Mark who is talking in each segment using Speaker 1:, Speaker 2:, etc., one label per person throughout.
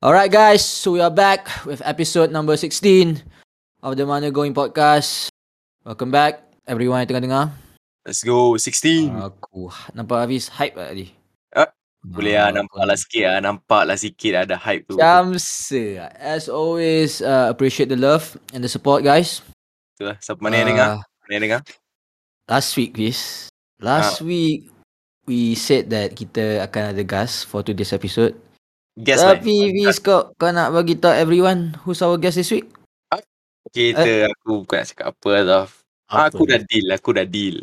Speaker 1: Alright guys, so we are back with episode number 16 of the Mana Going Podcast. Welcome back everyone yang tengah dengar.
Speaker 2: Let's go 16
Speaker 1: Ah,
Speaker 2: uh,
Speaker 1: Aku nampak Hafiz hype lah tadi.
Speaker 2: Ah, Boleh lah nampak lah sikit lah Nampak lah sikit lah ada hype tu
Speaker 1: Syamsa. As always, uh, appreciate the love and the support guys.
Speaker 2: Betul lah Siapa mana yang dengar
Speaker 1: Uh,
Speaker 2: Mana yang dengar
Speaker 1: Last week Fiz,
Speaker 2: Ah.
Speaker 1: last week we said that kita akan ada guest for today's episode.
Speaker 2: Guess lah. man
Speaker 1: Tapi Fiz kau, kau nak bagi tahu everyone who's our guest this week?
Speaker 2: Kita aku bukan nak cakap apa lah
Speaker 1: Apa
Speaker 2: Aku
Speaker 1: dia?
Speaker 2: dah deal Aku dah deal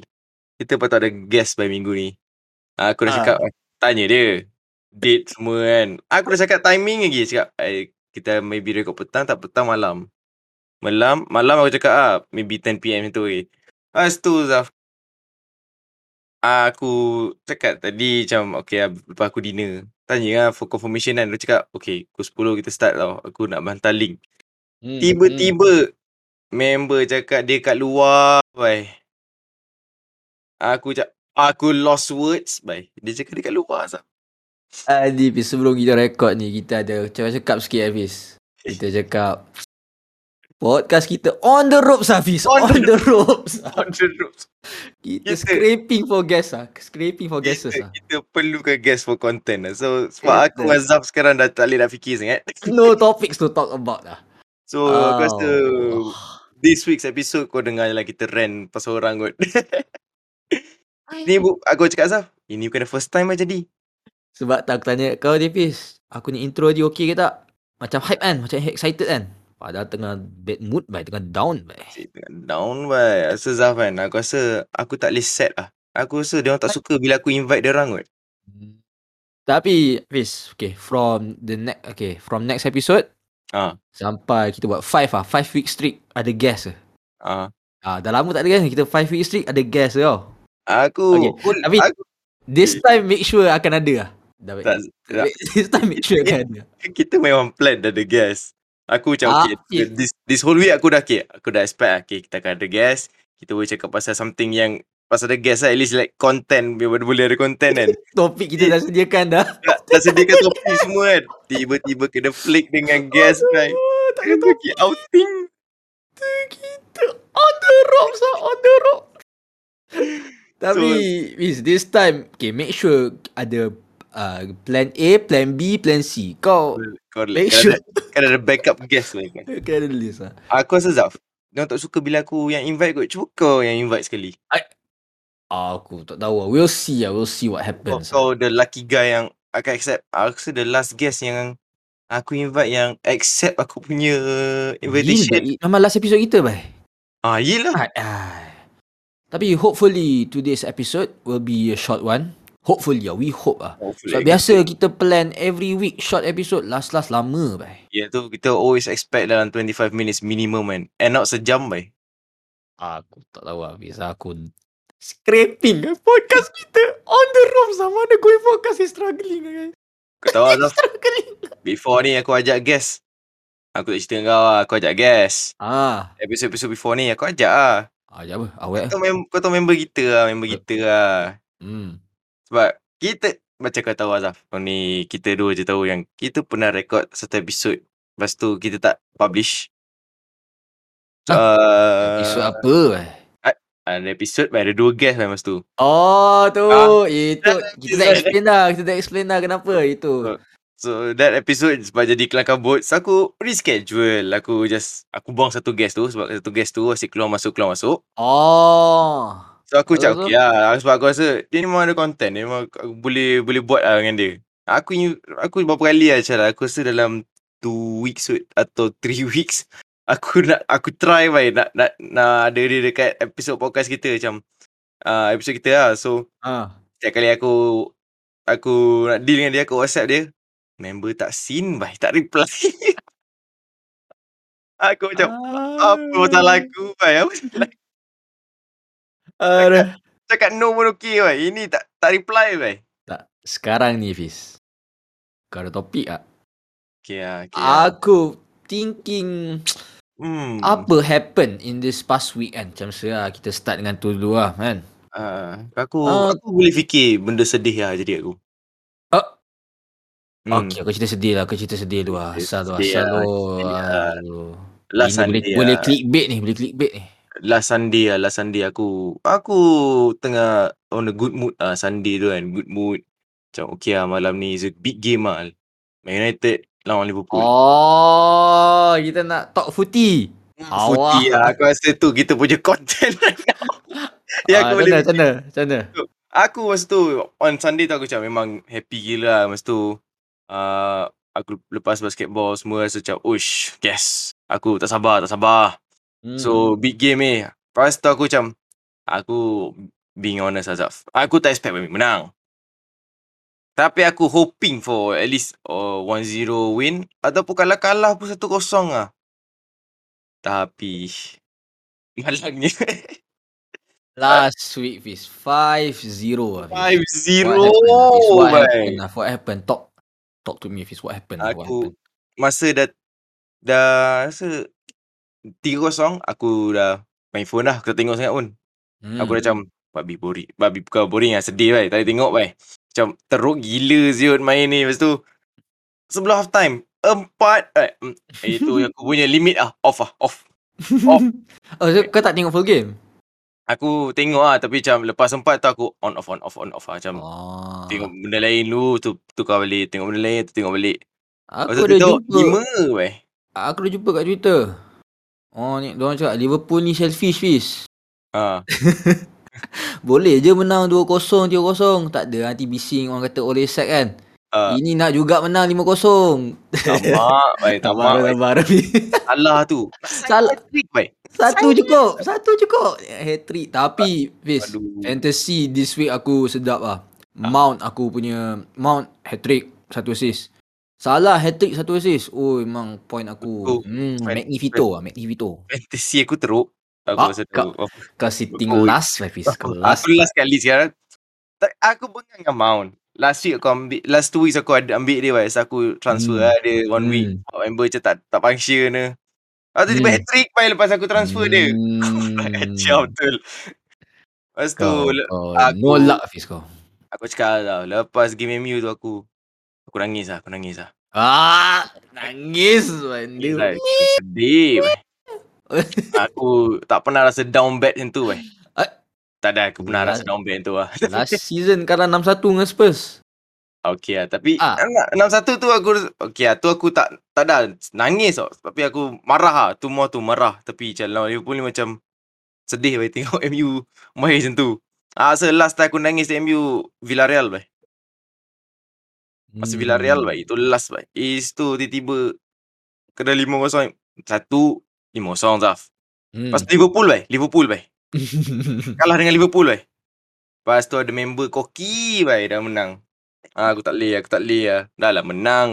Speaker 2: Kita patut ada guest by minggu ni Ah, Aku dah
Speaker 1: Ah.
Speaker 2: cakap Tanya dia Date semua kan Aku dah cakap timing lagi Cakap eh, Kita maybe record petang Tak petang malam Malam Malam aku cakap ah, Maybe 10pm tu eh Ah, tu Zaf Ah, Aku cakap tadi macam Okay ah, lepas aku dinner Tanya lah for confirmation kan Dia cakap Okay pukul 10 kita start tau Aku nak hantar link
Speaker 1: Hmm,
Speaker 2: Tiba-tiba member cakap dia kat luar bai. Aku cak aku lost words bai. Dia cakap dia kat luar sah.
Speaker 1: Adi, Fiz, Ah, sebelum kita rekod ni, kita ada cakap-cakap sikit Hafiz. Kita cakap, podcast kita on the ropes Hafiz, on,
Speaker 2: On
Speaker 1: on the,
Speaker 2: the
Speaker 1: ropes.
Speaker 2: On the ropes.
Speaker 1: Kita
Speaker 2: Kita-
Speaker 1: scraping for guests ah, scraping for guests ah.
Speaker 2: Kita, kita perlukan guest for content lah. So sebab aku
Speaker 1: Betul.
Speaker 2: Azab sekarang dah tak boleh nak fikir sangat.
Speaker 1: No topics to talk about lah.
Speaker 2: So oh. aku rasa
Speaker 1: Oh.
Speaker 2: this week's episode kau dengar je lah kita rant pasal orang kot. ni bu, aku cakap Azab. Ini bukan the first time lah jadi.
Speaker 1: Sebab tak aku tanya kau ni Fiz, aku ni intro dia okey ke tak? Macam hype kan, macam excited kan? Padahal tengah bad mood baik, tengah down baik.
Speaker 2: Cik tengah down bai. Rasa Zaf kan. Aku rasa aku tak boleh set lah. Aku rasa dia orang tak suka bila aku invite dia orang kot.
Speaker 1: Hmm. Tapi Fiz, okay, from the next, okay, from next episode,
Speaker 2: Ah.
Speaker 1: sampai kita buat 5 ah, 5 week streak ada guest ah.
Speaker 2: Ah,
Speaker 1: Ah, dah lama tak ada guest, kita 5 week streak ada guest tau.
Speaker 2: aku
Speaker 1: Okay,
Speaker 2: pun
Speaker 1: tapi-
Speaker 2: aku,
Speaker 1: This time make sure akan ada lah. Dah baik.
Speaker 2: tak, tak,
Speaker 1: This time make sure akan ada.
Speaker 2: kita memang plan dah ada guest. Aku macam
Speaker 1: Ah,
Speaker 2: okay,
Speaker 1: okay.
Speaker 2: this this whole week aku dah okay. Aku dah expect lah, okay, kita akan ada guest. Kita boleh cakap pasal something yang pasal ada guest lah. At least like content, boleh boleh ada content kan.
Speaker 1: Topik kita dah sediakan dah.
Speaker 2: Dah, dah sediakan topik semua kan. Tiba-tiba kena flick dengan guest kan.
Speaker 1: Aduh, Tak
Speaker 2: Kita pergi outing.
Speaker 1: kita on the ropes lah, on the rope. Tapi Fiz, this time, okay, make sure ada uh, plan A, plan B, plan C. Kau
Speaker 2: Kau
Speaker 1: make
Speaker 2: kan
Speaker 1: sure
Speaker 2: ada, kan ada backup guest lah. kan.
Speaker 1: kau ada list lah.
Speaker 2: Aku rasa Zaf, dia orang tak suka bila aku yang invite kot. Cuba kau yang invite sekali.
Speaker 1: Ah, aku tak tahu lah. We'll see lah. We'll see what
Speaker 2: Kau,
Speaker 1: happens.
Speaker 2: kau the lucky guy yang akan accept. Aku rasa the last guest yang aku invite yang accept aku punya invitation.
Speaker 1: Gila, Memang last episode kita, bye.
Speaker 2: Ah, yelah.
Speaker 1: Ai, ai. Tapi hopefully today's episode will be a short one. Hopefully lah. We hope lah. Sebab biasa kita plan every week short episode. Last-last lama, bye.
Speaker 2: Ya tu kita always expect dalam 25 minutes minimum kan. And not sejam bai.
Speaker 1: Aku tak tahu lah Bisa aku Scraping eh, Podcast kita On the road Sama ada going podcast is struggling eh.
Speaker 2: Kau tahu Azaf,
Speaker 1: Struggling
Speaker 2: before ni aku ajak guest. Aku tak cerita dengan kau lah. Aku ajak guest.
Speaker 1: Ah
Speaker 2: Episode-episode before ni aku ajak lah.
Speaker 1: Ah jap apa Awet
Speaker 2: Kau
Speaker 1: lah
Speaker 2: tahu, mem- kau tahu member kita lah. Member kita lah.
Speaker 1: hmm.
Speaker 2: Sebab kita macam kau tahu Azaf, kau ni kita dua je tahu yang kita pernah record satu episod. Lepas tu kita tak publish. So, uh,
Speaker 1: Ah, Episode apa eh?
Speaker 2: Ada episod, ada dua guest lah masa tu.
Speaker 1: Oh tu
Speaker 2: Ah.
Speaker 1: Itu Kita dah explain dah Kita dah explain dah kenapa Itu
Speaker 2: So that episode sebab jadi kelang kabut So aku reschedule Aku just Aku buang satu guest tu Sebab satu guest tu asyik keluar masuk keluar masuk
Speaker 1: Oh
Speaker 2: So aku cakap
Speaker 1: Betul,
Speaker 2: okay lah Sebab aku rasa Dia ni memang ada content Dia memang aku boleh Boleh buat lah dengan dia Aku ni- Aku berapa kali lah Syah Aku rasa dalam 2 weeks kot, Atau 3 weeks Aku nak Aku try baik Nak, nak, nak ada dia dekat Episod podcast kita Macam uh, Episod kita lah So
Speaker 1: ah.
Speaker 2: Setiap kali aku Aku nak deal dengan dia Aku whatsapp dia Member tak seen baik Tak reply Aku macam Apa masalah
Speaker 1: Ah.
Speaker 2: aku baik Apa salah
Speaker 1: Aduh.
Speaker 2: Cakap no pun okay baik Ini tak tak reply baik
Speaker 1: Tak Sekarang ni Fiz Kau ada topik tak?
Speaker 2: Okay lah, okay lah.
Speaker 1: Ah, Aku Thinking
Speaker 2: Hmm.
Speaker 1: Apa happen in this past week kan Macam saya kita start dengan tu dulu lah kan
Speaker 2: Ah, aku
Speaker 1: Ah.
Speaker 2: aku boleh fikir benda sedih lah jadi aku.
Speaker 1: Ah. Okay, kau cerita sedih lah. Kau cerita sedih tu lah. Asal tu,
Speaker 2: Sedih
Speaker 1: asal
Speaker 2: lah,
Speaker 1: tu.
Speaker 2: sedih lah.
Speaker 1: Aduh. Ini boleh,
Speaker 2: Last Sunday
Speaker 1: boleh
Speaker 2: lah.
Speaker 1: clickbait ni, boleh clickbait ni.
Speaker 2: Last Sunday lah Last Sunday aku Aku tengah On a good mood ah Sunday tu kan Good mood Macam okay lah malam ni Is a big game lah Man United Lawan Liverpool
Speaker 1: Oh, kita nak talk footy.
Speaker 2: Footy lah Aku rasa tu Kita punya content right now Ya
Speaker 1: Ah, macam mana,
Speaker 2: aku boleh
Speaker 1: macam mana, macam mana?
Speaker 2: Aku masa tu On Sunday tu aku macam Memang happy gila lah Masa tu uh, Aku lepas basketball Semua rasa macam Ush Yes Aku tak sabar Tak sabar
Speaker 1: Hmm.
Speaker 2: hmm. So big game ni Lepas tu aku macam Aku Being honest Azaf Aku tak expect Bami menang Tapi aku hoping for At least uh, 1-0 win Ataupun kalau kalah pun 1-0 lah Tapi Malangnya
Speaker 1: Last week Fiz 5-0 lah
Speaker 2: 5-0
Speaker 1: Fiz. What happened, Fiz? What
Speaker 2: bang.
Speaker 1: happened lah? What happened? Talk talk to me Fiz. What happened? What
Speaker 2: Aku
Speaker 1: happened?
Speaker 2: masa dah dah rasa 3-0 aku dah main phone dah aku tak tengok sangat pun.
Speaker 1: Hmm.
Speaker 2: Hmm. Aku dah macam babi boring. Babi bukan boring lah sedih bai. Tak boleh tengok bai. Macam teruk gila siut main ni. Lepas tu sebelum half time empat eh, mm, eh, itu yang aku punya limit ah off ah off. off.
Speaker 1: oh, so kau tak tengok full game?
Speaker 2: Aku tengok ah tapi macam lepas empat tu aku on off on off on off ah. Macam
Speaker 1: Oh.
Speaker 2: tengok benda lain dulu tu tukar balik tengok benda lain tu tengok balik.
Speaker 1: Aku
Speaker 2: Lepas tu
Speaker 1: dah
Speaker 2: tengok
Speaker 1: jumpa.
Speaker 2: lima bai.
Speaker 1: Aku dah jumpa kat Twitter. Oh ni diorang cakap Liverpool ni selfish Fiz.
Speaker 2: Ha.
Speaker 1: Boleh je menang 2-0 3-0. Tak ada nanti bising orang kata oleh sack kan.
Speaker 2: Uh,
Speaker 1: Ini nak juga menang 5-0.
Speaker 2: Tamak, baik tamak.
Speaker 1: Tabar
Speaker 2: baik.
Speaker 1: tabar Fiz.
Speaker 2: Salah tu.
Speaker 1: Salah.
Speaker 2: Trick baik.
Speaker 1: Satu cukup Satu cukup Hat-trick Tapi Fiz
Speaker 2: Aduh. Ah.
Speaker 1: Fantasy this week aku sedap lah Mount aku punya Mount hat-trick Satu assist Salah hat-trick satu assist Oh memang point aku
Speaker 2: Betul.
Speaker 1: hmm,
Speaker 2: Fan-
Speaker 1: Magnifico lah Magnifico
Speaker 2: Fantasy aku teruk. Aku
Speaker 1: Ah,
Speaker 2: rasa
Speaker 1: kau-
Speaker 2: teruk. Aku,
Speaker 1: Kau sitting
Speaker 2: Betul.
Speaker 1: last lah Fiz Kau last
Speaker 2: aku last kali sekarang. Tak, aku bengang dengan Mount. Last week aku ambil, last two weeks aku ada ambil dia baik. So aku transfer
Speaker 1: Hmm.
Speaker 2: lah dia one
Speaker 1: Hmm.
Speaker 2: week. Part member macam tak, tak function dia. Lepas tu tiba
Speaker 1: Hmm.
Speaker 2: hat trick baik lepas aku transfer dia. Kacau betul. Lepas tu
Speaker 1: Kau,
Speaker 2: le-
Speaker 1: kau
Speaker 2: aku-
Speaker 1: No luck Fiz kau
Speaker 2: aku cakap lah lepas game MU tu aku aku nangis lah, aku nangis lah.
Speaker 1: Ah, nangis
Speaker 2: Yelah,
Speaker 1: Bandu
Speaker 2: aku sedih weh. Aku tak pernah rasa down bad macam tu weh.
Speaker 1: Eh?
Speaker 2: Tak ada aku pernah
Speaker 1: Last-
Speaker 2: rasa down bad macam tu lah.
Speaker 1: Last season kalah 6-1 dengan Spurs
Speaker 2: Okey lah tapi
Speaker 1: Ah.
Speaker 2: ah. 6-1 tu aku rasa- okey lah tu aku tak tak ada nangis tau. Tapi aku marah lah. Tu more tu marah. Tapi macam lawan Liverpool ni macam sedih weh tengok MU main macam tu. Ah, so last time aku nangis di MU Villarreal weh.
Speaker 1: Hmm.
Speaker 2: Masa Villarreal weh. Itu last weh. Is tu tiba-tiba kena 5-0. Satu 5-0 Zaf.
Speaker 1: Hmm.
Speaker 2: Lepas tu Liverpool weh. Liverpool weh. kalah dengan Liverpool weh. Lepas tu ada member koki weh dah menang. Ah, aku tak boleh, aku tak boleh lah. Dah lah menang.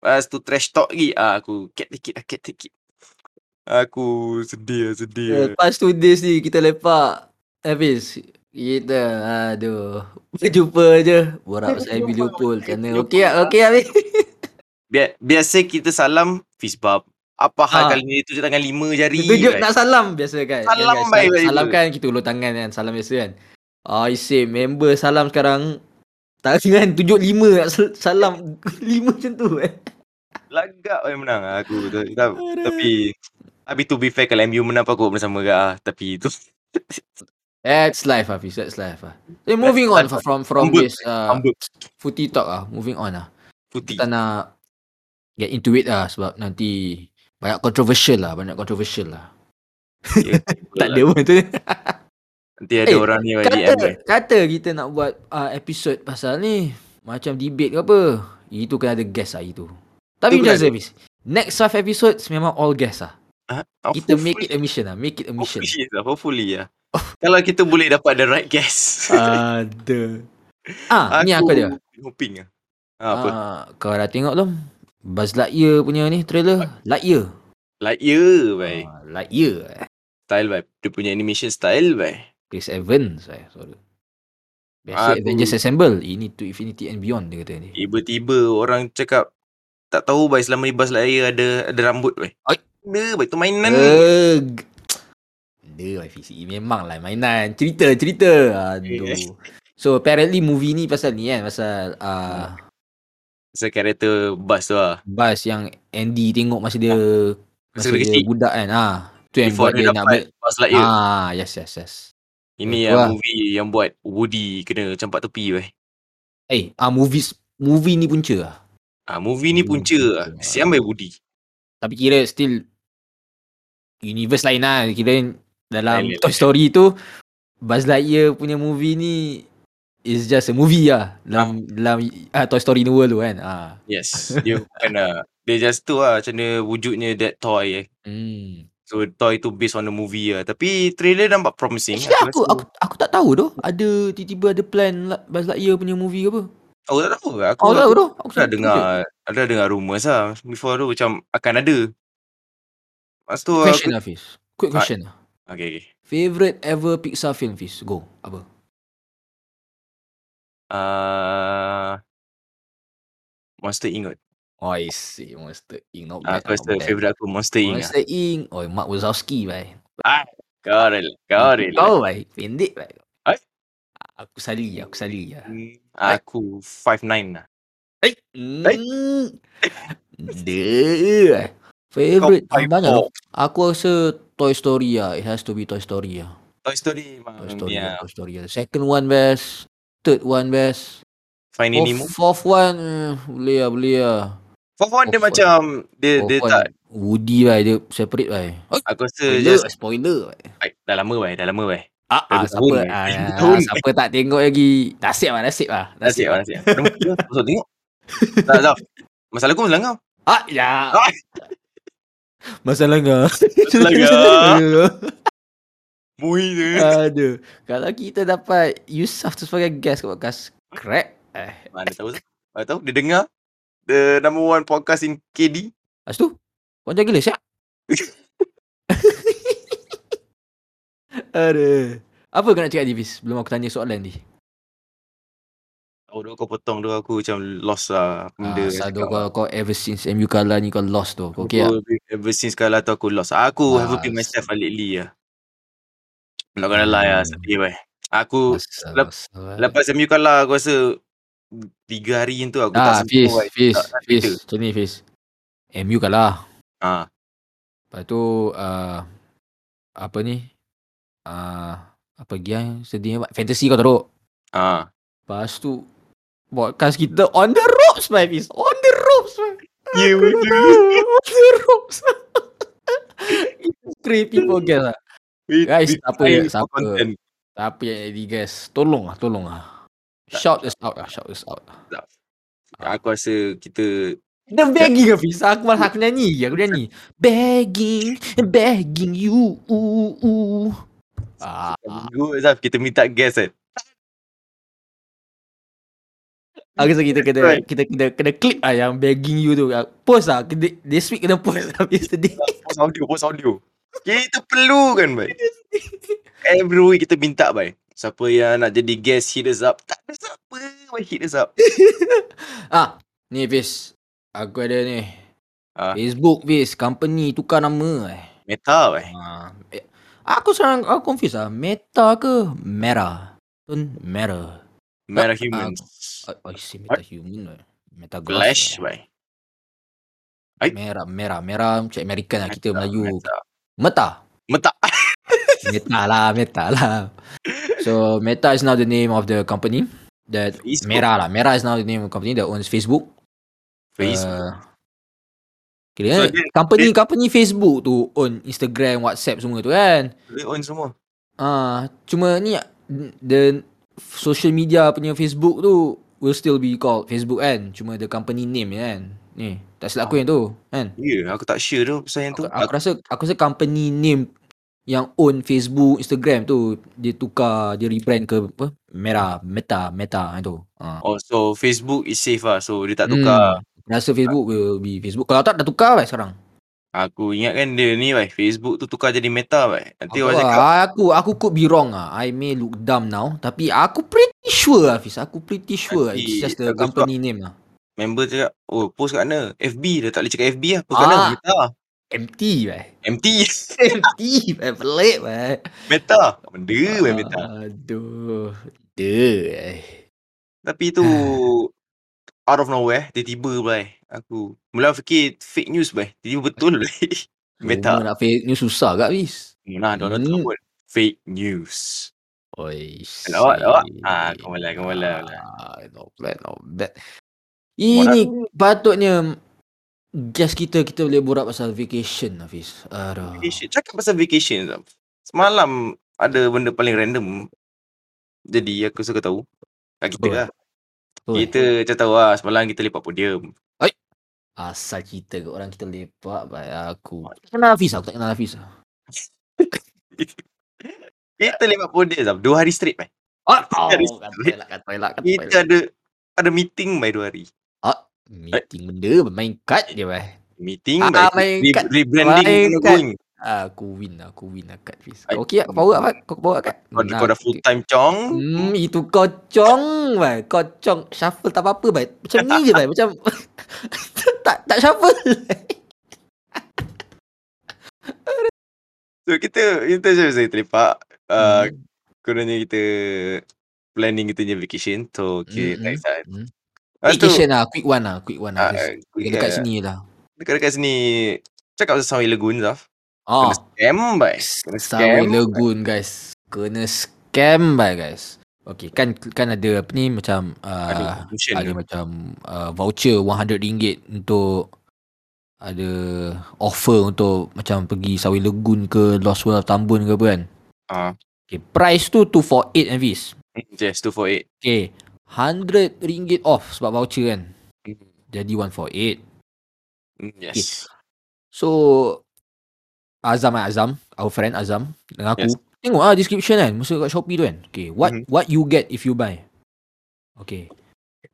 Speaker 2: Lepas tu trash talk lagi. Ah, aku cat ticket, ah, cat ticket. Aku sedih lah, sedih lah.
Speaker 1: Lepas tu days ni kita lepak Habis Kita Aduh Jumpa je Borak pasal Abby Leopold Kena okey lah Okey lah Habis
Speaker 2: Bi- biasa kita salam, fist bump. Apa hal
Speaker 1: Ah.
Speaker 2: kali ni tu tangan lima jari.
Speaker 1: Tunjuk
Speaker 2: weh.
Speaker 1: nak salam Biasa kan
Speaker 2: Salam
Speaker 1: Kan, guys,
Speaker 2: baik-baik
Speaker 1: Salam
Speaker 2: dulu.
Speaker 1: kan Kita ulur tangan kan Salam biasa kan Ah, Isim Member salam sekarang Tangan tunjuk lima nak sal- Salam Lima macam tu eh
Speaker 2: Lagak yang menang lah aku. tu. Ta-
Speaker 1: Aduh.
Speaker 2: Tapi, tapi to be fair kalau MU menang pun aku pun sama ke ah. Tapi tu
Speaker 1: That's life Hafiz That's life ah. So moving on
Speaker 2: That's life.
Speaker 1: From from
Speaker 2: Humble.
Speaker 1: this uh,
Speaker 2: humble
Speaker 1: Footy talk ah, Moving on ah.
Speaker 2: putih.
Speaker 1: kita nak get into it lah sebab nanti banyak controversial lah, banyak controversial lah.
Speaker 2: Ya,
Speaker 1: Tak ada pun tu.
Speaker 2: Nanti ada
Speaker 1: Eh,
Speaker 2: orang ni bagi
Speaker 1: Kata
Speaker 2: DM.
Speaker 1: kata kita nak buat uh, episod pasal ni macam debate ke apa. Itu kena ada guest lah itu. Tapi
Speaker 2: Itu
Speaker 1: macam
Speaker 2: kena
Speaker 1: mana Hafiz? Next five episodes memang all guest lah.
Speaker 2: Ah,
Speaker 1: Kita
Speaker 2: hopefully-
Speaker 1: make it a mission lah. Make it a mission.
Speaker 2: Hopefully lah, hopefully lah. Kalau kita boleh dapat the right guess.
Speaker 1: Ada. Ah, ni aku ada.
Speaker 2: Hoping lah. Ha, apa?
Speaker 1: Ah, kau dah tengok belum? Buzz Lightyear punya ni trailer Lightyear.
Speaker 2: Lightyear, baik.
Speaker 1: Ah, Lightyear. eh.
Speaker 2: ya, Style, baik. Dia punya animation style, baik.
Speaker 1: Chris Evans eh, sorry. Biasa
Speaker 2: Aduh.
Speaker 1: Avengers Assemble Ini to Infinity and Beyond Dia kata ni
Speaker 2: Tiba-tiba orang cakap, tak tahu, baik, selama ni Buzz Lightyear ada, ada rambut, baik.
Speaker 1: Oi. Eh.
Speaker 2: Dia, baik, tu mainan. Uh.
Speaker 1: Erg Dia YFC Memang lah mainan Cerita cerita ah,
Speaker 2: Hmm.
Speaker 1: Aduh So apparently movie ni pasal ni kan Pasal uh,
Speaker 2: Pasal karakter bus tu lah
Speaker 1: Bas yang Andy tengok masa dia Masa
Speaker 2: Masa dia
Speaker 1: dia
Speaker 2: kecil.
Speaker 1: budak kan ah. Tu yang buat
Speaker 2: Before dia
Speaker 1: dia nak
Speaker 2: dapat ya.
Speaker 1: ambil
Speaker 2: bus lightyear
Speaker 1: Ah yes yes yes
Speaker 2: Ini
Speaker 1: Betul
Speaker 2: yang
Speaker 1: lah.
Speaker 2: movie yang buat Woody kena campak tepi weh.
Speaker 1: Eh ah, movies Movie ni punca lah
Speaker 2: Ah movie ni
Speaker 1: Hmm,
Speaker 2: punca ah.
Speaker 1: betul lah.
Speaker 2: Siam baik Woody.
Speaker 1: Tapi kira still Universe lain lah Kira dalam
Speaker 2: Lain, lain,
Speaker 1: Toy
Speaker 2: lain.
Speaker 1: Story tu Buzz Lightyear punya movie ni Is just a movie lah Dalam, dalam ah, Toy Story New World tu kan ah.
Speaker 2: Yes, dia bukan ah. Dia just tu lah macam mana wujudnya that toy eh.
Speaker 1: Hmm.
Speaker 2: So toy tu based on the movie lah. Tapi trailer nampak promising.
Speaker 1: Actually aku,
Speaker 2: rasa-
Speaker 1: aku aku tak tahu tu ada tiba-tiba ada plan La- Buzz Lightyear punya movie ke apa.
Speaker 2: aku tak tahu. lah. Aku,
Speaker 1: Oh, tak tahu
Speaker 2: aku,
Speaker 1: tu. Aku
Speaker 2: aku dah
Speaker 1: tak-
Speaker 2: dengar ada dengar rumours lah before tu macam akan ada. Lepas tu
Speaker 1: Question
Speaker 2: aku,
Speaker 1: lah Fiz. Quick
Speaker 2: Ah.
Speaker 1: question lah.
Speaker 2: okay, okay.
Speaker 1: Favorite ever Pixar film Fiz. Go. Apa?
Speaker 2: Uh, Monster Inc. kot.
Speaker 1: Oh, I see. Monster Inc. Not
Speaker 2: Ah,
Speaker 1: bad.
Speaker 2: Aku rasa favourite aku Monster Inc. lah.
Speaker 1: Monster Inc. Oh, Mark Wazowski bai.
Speaker 2: Kau rela. Kau rela.
Speaker 1: Kau bai. Pendek bai.
Speaker 2: Eh?
Speaker 1: Aku sali. Aku sali. Ya.
Speaker 2: Hmm, Aku 5'9 lah.
Speaker 1: Eh? Hmm. Deh. Favorite.
Speaker 2: Kau
Speaker 1: Ah, banyak. lah.
Speaker 2: five
Speaker 1: Aku rasa Toy Story lah. It has to be Toy Story lah.
Speaker 2: Toy Story memang
Speaker 1: Toy Story.
Speaker 2: dia
Speaker 1: Yeah. Toy Story. The second one best. Third one best.
Speaker 2: Finding Nemo.
Speaker 1: Fourth, fourth one eh, boleh lah boleh lah.
Speaker 2: Fourth one dia
Speaker 1: Fourth one.
Speaker 2: macam dia
Speaker 1: Fourth
Speaker 2: dia
Speaker 1: one,
Speaker 2: tak
Speaker 1: Woody lah dia separate lah. Oh,
Speaker 2: aku rasa
Speaker 1: spoiler,
Speaker 2: just
Speaker 1: spoiler.
Speaker 2: eh, dah lama weh, dah lama weh.
Speaker 1: Ah, ah
Speaker 2: Baru
Speaker 1: siapa
Speaker 2: tahun ni.
Speaker 1: ah,
Speaker 2: Baru
Speaker 1: ah,
Speaker 2: tahun ni.
Speaker 1: siapa tak tengok lagi. Nasib lah nasib lah.
Speaker 2: Nasib lah nasib. Dah mula, Masuk tengok. Tak tak. Masalah aku masalah kau.
Speaker 1: Ah ya.
Speaker 2: Ah.
Speaker 1: Masalah ke?
Speaker 2: Masalah ke? Mui je.
Speaker 1: Aduh. Kalau kita dapat Yusuf tu sebagai guest kat podcast Crap. Eh,
Speaker 2: Mana tahu. Mana tahu dia dengar the number one podcast in KD.
Speaker 1: lepas tu kau jaga les ya. Aduh. Apa kau nak cakap Divis? Belum aku tanya soalan ni.
Speaker 2: Oh, dulu kau potong dulu aku macam lost lah
Speaker 1: Ah,
Speaker 2: benda. yang
Speaker 1: Sado
Speaker 2: cakap.
Speaker 1: kau, kau ever since MU kalah ni kau lost tu. Kau okay lah.
Speaker 2: Aku, Ever since kalah tu aku lost. Aku have
Speaker 1: Ah,
Speaker 2: been myself lah lately lah. I'm Not gonna lie lah,
Speaker 1: Hmm.
Speaker 2: sedih weh. Aku
Speaker 1: Asal-
Speaker 2: lep-
Speaker 1: asal-
Speaker 2: Lepas MU kalah aku rasa tiga hari tu aku
Speaker 1: Ah,
Speaker 2: tak
Speaker 1: Fiz,
Speaker 2: buat.
Speaker 1: Fiz,
Speaker 2: Tak- tak
Speaker 1: Fiz.
Speaker 2: cerita.
Speaker 1: Macam ni Fiz. MU kalah.
Speaker 2: Ah,
Speaker 1: Lepas tu, ah, apa ni? Ah, apa gian sedihnya buat? Fantasy kau teruk.
Speaker 2: ah.
Speaker 1: Lepas tu, podcast kita on the ropes, my Fiz. On the ropes, my.
Speaker 2: Ya betul.
Speaker 1: on the ropes. Three people guest lah. Guys, tak apa, tak apa. Siapa yang jadi guest? Tolong lah, tolong lah.
Speaker 2: Tak-
Speaker 1: Shout us out lah, shout us out. Ah.
Speaker 2: Aku rasa kita
Speaker 1: The begging of Fiz. Aku malah aku nyanyi. Aku nyanyi. Begging, begging you. Ooh, ooh. Ah,
Speaker 2: minggu Zaf kita minta guest kan.
Speaker 1: aku rasa kita kena kita kena kena clip ah yang begging you tu. Ah, Post ah kena, this week kena post lah habis sedih.
Speaker 2: Post audio, post audio. Kita perlukan baik. Every week kita minta baik. Siapa yang nak jadi guest hit us up. Tak ada siapa baik hit us up.
Speaker 1: Ah, ni Fiz. Aku ada ni.
Speaker 2: Ah.
Speaker 1: Facebook Fiz, company tukar nama eh.
Speaker 2: Meta baik.
Speaker 1: Ah, eh, aku sekarang aku confused ah. Meta ke Mera? Pun Mera. Ah,
Speaker 2: Meta humans.
Speaker 1: Oh, I see meta human. eh. Meta glass. eh.
Speaker 2: Flash baik. Baik.
Speaker 1: Merah, merah, merah macam American lah kita
Speaker 2: Meta,
Speaker 1: Melayu.
Speaker 2: Meta.
Speaker 1: Meta.
Speaker 2: Meta. Ah,
Speaker 1: Meta lah, Meta lah. So Meta is now the name of the company that
Speaker 2: Facebook.
Speaker 1: Merah lah. Merah is now the name of the company that owns Facebook.
Speaker 2: Facebook.
Speaker 1: Uh, kira
Speaker 2: So, dia-
Speaker 1: company company Facebook tu own Instagram, WhatsApp semua tu kan.
Speaker 2: Dia on semua.
Speaker 1: Ah, cuma ni the social media punya Facebook tu will still be called Facebook kan. Cuma the company name je kan. Ni, tak silap aku yang tu kan.
Speaker 2: Ya, yeah, aku tak sure tu pasal yang tu.
Speaker 1: Aku, aku rasa aku rasa company name yang own Facebook, Instagram tu dia tukar, dia rebrand ke apa? Meta, Meta, Meta itu. Ha.
Speaker 2: Oh, so Facebook is safe lah. So, dia tak tukar.
Speaker 1: Hmm. Rasa Facebook will be Facebook. Kalau tak dah tukar lah sekarang.
Speaker 2: Aku ingat kan dia ni, baik. Facebook tu tukar jadi meta, baik. Nanti
Speaker 1: Aku,
Speaker 2: orang cakap,
Speaker 1: ah, aku aku could be wrong ah. I may look dumb now tapi aku pretty sure Hafiz. Aku pretty sure
Speaker 2: Nanti
Speaker 1: it's just the
Speaker 2: aku
Speaker 1: company name lah.
Speaker 2: member cakap, oh, post kat mana? FB, dah tak boleh cakap FB lah. Post
Speaker 1: Ah.
Speaker 2: kat mana? Meta.
Speaker 1: Empty weh.
Speaker 2: MT.
Speaker 1: Empty weh. Pelik weh.
Speaker 2: meta. Benda,
Speaker 1: Ah.
Speaker 2: baik, meta.
Speaker 1: Aduh. Duh. eh.
Speaker 2: Tapi tu, out of nowhere tiba-tiba pula eh. Aku mula fikir fake news bah. Tiba-tiba betul lah. Meta.
Speaker 1: Rumah nak fake news susah kat Fiz.
Speaker 2: Nah, dah orang
Speaker 1: Hmm.
Speaker 2: tahu pun. Fake news.
Speaker 1: Oi.
Speaker 2: Lawak, lawak.
Speaker 1: si.
Speaker 2: Ah, kau malah, kau malah.
Speaker 1: Ah, not bad, not bad. Ini patutnya guest kita kita boleh borak pasal vacation Hafiz. Aduh.
Speaker 2: Vacation. Cakap pasal vacation tau. Semalam ada benda paling random. Jadi aku suka tahu. Kat kita
Speaker 1: Oi.
Speaker 2: lah.
Speaker 1: Oi,
Speaker 2: Kita macam tahu lah. Semalam kita lepak podium.
Speaker 1: Asal kita kat orang kita lepak baik aku. Tak kenal Hafiz aku tak kenal Hafiz.
Speaker 2: Kita lepak podium tau. Dua hari straight meh.
Speaker 1: Oh, oh
Speaker 2: Dari
Speaker 1: kata elak kata elak kata elak.
Speaker 2: Kita ada ada meeting by dua hari.
Speaker 1: Meeting benda main kad je bah.
Speaker 2: Meeting
Speaker 1: Ah,
Speaker 2: by
Speaker 1: main
Speaker 2: re-
Speaker 1: kat-
Speaker 2: rebranding
Speaker 1: main
Speaker 2: kena
Speaker 1: kat-
Speaker 2: going.
Speaker 1: Aku win aku win akad Hafiz.
Speaker 2: Ai.
Speaker 1: Kau okey tak? kau power apa? Kau power akad?
Speaker 2: Kau, kau dah full time chong.
Speaker 1: Hmm, itu kocong, bai. Kocong. Shuffle tak apa-apa, bai. Macam ni je, bai. Macam tak tak shuffle.
Speaker 2: So kita kita macam saya terlepak.
Speaker 1: Uh,
Speaker 2: Uh, Kononnya kita planning kita punya vacation. So kita
Speaker 1: Mm-mm.
Speaker 2: tak kisah.
Speaker 1: Mm.
Speaker 2: Lepas tu,
Speaker 1: Vacation lah, quick one lah, quick one lah.
Speaker 2: ah,
Speaker 1: Uh,
Speaker 2: quick,
Speaker 1: dekat
Speaker 2: ah,
Speaker 1: sini lah.
Speaker 2: dekat-dekat sini cakap pasal Sunway Lagoon Zaf.
Speaker 1: Oh,
Speaker 2: Kena scam baik. Kena
Speaker 1: Sunway
Speaker 2: scam.
Speaker 1: Lagoon guys. Kena scam bai guys. Okay, kan kan ada apa ni macam
Speaker 2: Aduh,
Speaker 1: uh,
Speaker 2: motion
Speaker 1: ada
Speaker 2: tu.
Speaker 1: macam uh, voucher RM100 untuk ada offer untuk macam pergi Sunway Lagoon ke Loswell Tambun ke apa kan.
Speaker 2: Ah,
Speaker 1: Okay, price tu 248 Envis.
Speaker 2: yes, 248.
Speaker 1: Okay, RM100 off sebab voucher kan.
Speaker 2: Hmm.
Speaker 1: Jadi 148.
Speaker 2: Mm, Yes.
Speaker 1: So, Azam eh, Azam. Our friend Azam. Dengan aku.
Speaker 2: Yes.
Speaker 1: Tengok ah description kan. Masa kat Shopee tu kan. Okay, what
Speaker 2: Mhm.
Speaker 1: what you get if you buy. Okay.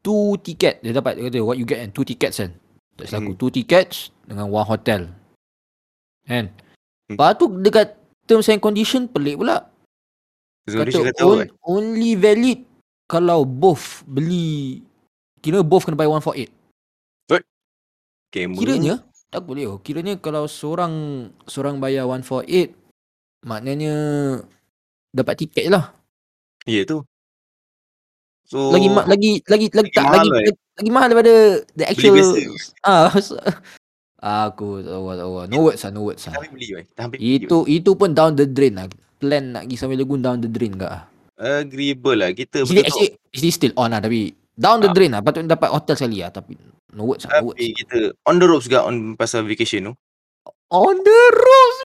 Speaker 1: Two ticket. Dia dapat, dia kata what you get kan. Two tickets kan. Tak salah
Speaker 2: Mhm.
Speaker 1: aku. Two tickets dengan one hotel. Kan?
Speaker 2: Mhm.
Speaker 1: Lepas tu dekat terms and condition pelik pula.
Speaker 2: Zuri
Speaker 1: Eh, Kata
Speaker 2: juga
Speaker 1: on,
Speaker 2: tahu.
Speaker 1: only valid kalau both beli kira both kena buy 148.
Speaker 2: Okay, mula.
Speaker 1: Kiranya tak boleh. oh. Kiranya kalau seorang seorang bayar 148 maknanya dapat tiket je lah.
Speaker 2: Ya tu. So,
Speaker 1: Lagi ma- lagi lagi lagi,
Speaker 2: Oh. Lagi
Speaker 1: tak
Speaker 2: mahal
Speaker 1: lagi,
Speaker 2: lah, eh.
Speaker 1: lagi lagi mahal daripada the
Speaker 2: beli
Speaker 1: actual
Speaker 2: biasa.
Speaker 1: ah so- aku tak tahu, tak tahu. no words ah no words ah.
Speaker 2: Tapi beli baik. Tapi beli.
Speaker 1: Itu itu pun down the drain lah. Plan nak pergi sampai lagun down the drain ke ah.
Speaker 2: Agreeable lah. Kita
Speaker 1: Actually,
Speaker 2: betul tu.
Speaker 1: actually, actually still on lah tapi down the
Speaker 2: Ah.
Speaker 1: drain lah. Patut dapat hotel sekali lah tapi no words lah, no words.
Speaker 2: Tapi kita on the ropes juga on pasal vacation tu.
Speaker 1: On the ropes.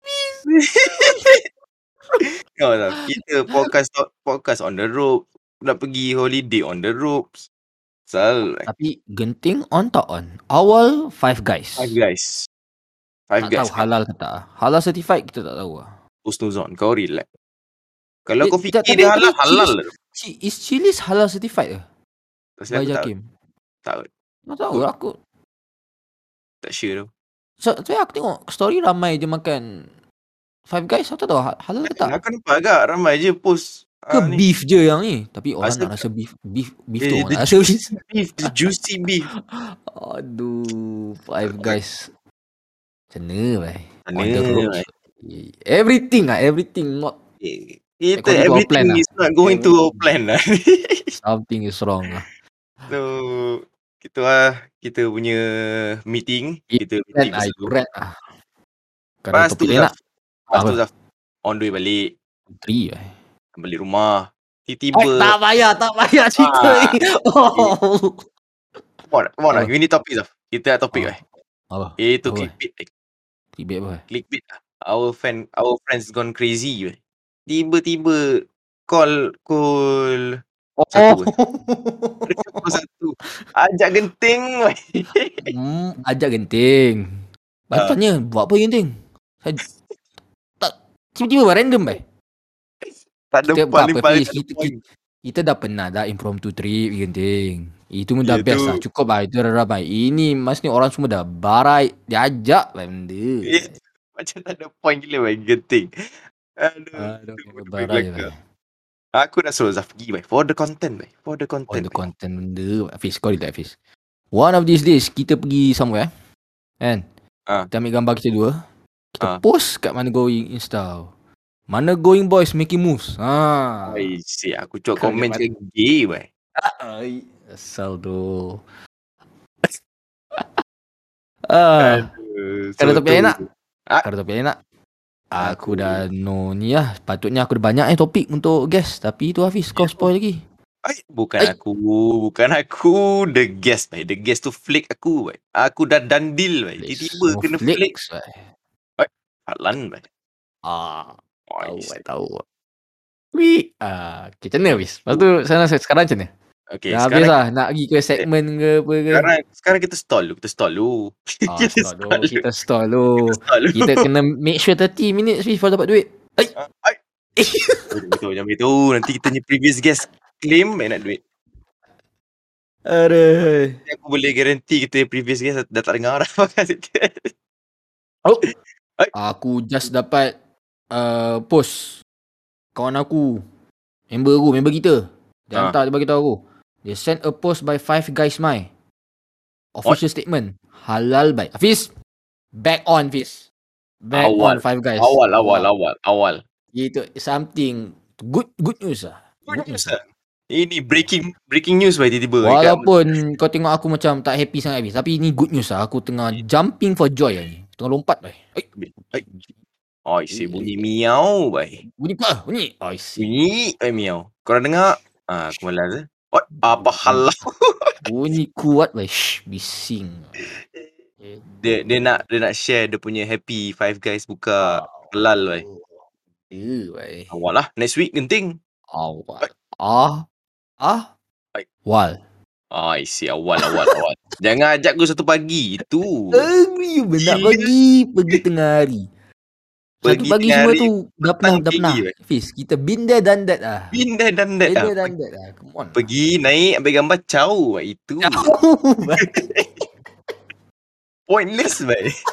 Speaker 2: Kau tahu, lah. kita podcast podcast on the road. Nak pergi holiday on the ropes. Sal,
Speaker 1: Tapi genting on tak on. Awal five guys.
Speaker 2: five guys. Five
Speaker 1: tak
Speaker 2: guys. kan,
Speaker 1: tahu halal ke tak. ah. Halal certified kita tak tahu lah.
Speaker 2: Husnuzon, kau relax.
Speaker 1: Eh,
Speaker 2: Kalau kau
Speaker 1: tak-
Speaker 2: fikir
Speaker 1: tapi-
Speaker 2: dia halal,
Speaker 1: tapi
Speaker 2: halal
Speaker 1: serius-
Speaker 2: lah.
Speaker 1: Ci, is Chili's halal certified ke?
Speaker 2: Tak silap
Speaker 1: By
Speaker 2: aku tak,
Speaker 1: Jakim.
Speaker 2: tak,
Speaker 1: Tak tahu lah aku.
Speaker 2: tak sure tu.
Speaker 1: So, saya aku tengok story ramai je makan Five Guys. Aku tak tahu ha- halal ke tak.
Speaker 2: Aku nampak agak ramai je post.
Speaker 1: Ke
Speaker 2: Eh, ah, ni.
Speaker 1: beef je yang ni. Tapi orang
Speaker 2: Rasa-
Speaker 1: nak rasa beef. Beef, beef
Speaker 2: Eh,
Speaker 1: tu
Speaker 2: dia
Speaker 1: orang nak rasa beef.
Speaker 2: Beef, the juicy beef.
Speaker 1: Aduh, Five Guys. Macam mana bai? On
Speaker 2: Mana,
Speaker 1: the road.
Speaker 2: bai?
Speaker 1: Everything lah. Everything not
Speaker 2: Eh, Kita
Speaker 1: According to our plan
Speaker 2: everything
Speaker 1: lah.
Speaker 2: is not going to our plan lah.
Speaker 1: something is wrong lah.
Speaker 2: so, kita lah, kita punya meeting. Kita meeting
Speaker 1: Rant lah.
Speaker 2: pasal
Speaker 1: Itu rant lah. Kalau
Speaker 2: Lepas tu,
Speaker 1: topik lain
Speaker 2: Zaf,
Speaker 1: nak.
Speaker 2: lepas tu
Speaker 1: lah. Apa?
Speaker 2: Zaf, on the way balik.
Speaker 1: Three eh.
Speaker 2: Balik rumah.
Speaker 1: Eh, tak
Speaker 2: Tiba-tiba,
Speaker 1: payah, tak payah cerita
Speaker 2: Ah.
Speaker 1: ni. Oh.
Speaker 2: come on, come on lah.
Speaker 1: Apa?
Speaker 2: Ini topik Zaf. Kita ada topik
Speaker 1: Ah.
Speaker 2: lah.
Speaker 1: Apa?
Speaker 2: Eh, tu
Speaker 1: Apa?
Speaker 2: clickbait eh.
Speaker 1: Clickbait apa?
Speaker 2: clickbait lah. Our fan, our friends gone crazy. weh. Tiba-tiba call call Satu, call satu. Ajak genting. weh.
Speaker 1: Hmm, ajak genting.
Speaker 2: Ah.
Speaker 1: Batanya, buat apa genting? Saya tak tiba-tiba bah, random eh? bah.
Speaker 2: tak ada
Speaker 1: Kita
Speaker 2: paling
Speaker 1: buat apa,
Speaker 2: paling
Speaker 1: Fiz?
Speaker 2: tak ada
Speaker 1: Kita-
Speaker 2: point.
Speaker 1: Kita dah pernah dah impromptu trip genting. Itu pun dah
Speaker 2: Itu-
Speaker 1: best lah. Cukup lah. Itu dah ramai. Ini maksudnya orang semua dah barai. Diajak lah benda.
Speaker 2: Eh, Macam tak ada point gila weh genting. Aduh.
Speaker 1: Aduh,
Speaker 2: tu
Speaker 1: barai
Speaker 2: belakang.
Speaker 1: lah.
Speaker 2: Aku dah suruh Zaf pergi weh. For the content weh. For the
Speaker 1: All
Speaker 2: content.
Speaker 1: the
Speaker 2: weh.
Speaker 1: content benda Hafiz kau relax Hafiz One of these days Kita pergi somewhere Kan
Speaker 2: Ah.
Speaker 1: Kita ambil gambar kita dua Kita
Speaker 2: Ah.
Speaker 1: post kat mana going Insta Mana going boys making moves ha.
Speaker 2: Ai, si aku cuba
Speaker 1: Kau
Speaker 2: komen
Speaker 1: dapat-
Speaker 2: cakap gay weh.
Speaker 1: Asal tu
Speaker 2: Eh.
Speaker 1: Ah,
Speaker 2: Aduh,
Speaker 1: Kalau topik
Speaker 2: sotong
Speaker 1: enak.
Speaker 2: tu.
Speaker 1: kalau topik enak. Aku dah no ni lah. Patutnya aku ada banyak eh topik untuk guest. Tapi tu Hafiz
Speaker 2: Ya,
Speaker 1: kau spoil lagi.
Speaker 2: Ai, bukan
Speaker 1: Ai.
Speaker 2: aku, bukan aku. The guest, baik. The guest tu flick aku, baik. Aku dah done deal, baik. Tiba-tiba
Speaker 1: Oh,
Speaker 2: kena flick.
Speaker 1: flex, eh.
Speaker 2: Halan, baik.
Speaker 1: Ah, tahu
Speaker 2: Oh,
Speaker 1: eh, tahu. Wih. Ah, okay, macam mana Hafiz? Lepas tu sana sekarang macam mana?
Speaker 2: Oh. Okay,
Speaker 1: dah habis
Speaker 2: sekarang,
Speaker 1: lah. Nak pergi ke segmen ke apa ke?
Speaker 2: sekarang, sekarang kita stall dulu. Kita stall dulu.
Speaker 1: Ah, stall dulu. Kita stall dulu.
Speaker 2: Stall dulu.
Speaker 1: Kita kena make sure 30 minutes before dapat duit.
Speaker 2: Ai. Jangan beritahu, jangan beritahu. Nanti kita punya previous guest claim baik nak duit.
Speaker 1: Aduh.
Speaker 2: Nanti Aku boleh guarantee kita punya previous guest dah tak dengar dah.
Speaker 1: Aku just dapat uh, post kawan aku member aku member kita dia
Speaker 2: Ah.
Speaker 1: hantar dia bagi tahu aku dia send a post by five guys my official statement halal by Hafiz back on Hafiz back on
Speaker 2: Awal.
Speaker 1: five guys
Speaker 2: awal, awal, awal, awal.
Speaker 1: itu something good good news lah
Speaker 2: Good news lah. Ini breaking breaking news baik kan? tiba-tiba.
Speaker 1: Walaupun kau tengok aku macam tak happy sangat Hafiz Tapi ni good news lah Aku tengah jumping for joy lah ni Tengah lompat lah Eh
Speaker 2: Oh, isi bunyi miau baik.
Speaker 1: bunyi apa? Bunyi Oh I see
Speaker 2: Bunyi eh miau. Korang dengar? Ah, aku malas eh. Oh, apa hal lah.
Speaker 1: Bunyi kuat lah Shh, bising
Speaker 2: Dia, dia nak ah, dia nak share dia punya happy Five Guys buka halal wei.
Speaker 1: Ya weh
Speaker 2: Awal lah next week genting.
Speaker 1: Awal Ah Ah
Speaker 2: Ai.
Speaker 1: Wal
Speaker 2: Ah, isi awal awal awal. Jangan ajak aku satu pagi tu.
Speaker 1: Eh. Angry
Speaker 2: Gila.
Speaker 1: Nak pergi Pergi tengah hari Satu
Speaker 2: Pergi
Speaker 1: pagi
Speaker 2: tengah
Speaker 1: semua
Speaker 2: hari,
Speaker 1: tu Dah pernah Dah
Speaker 2: tinggi,
Speaker 1: pernah
Speaker 2: weh.
Speaker 1: Fiz kita been there done that lah
Speaker 2: Been there done that
Speaker 1: Been there
Speaker 2: lah.
Speaker 1: done that lah Come on
Speaker 2: Pergi naik ambil gambar caw wei. itu. Pointless baik.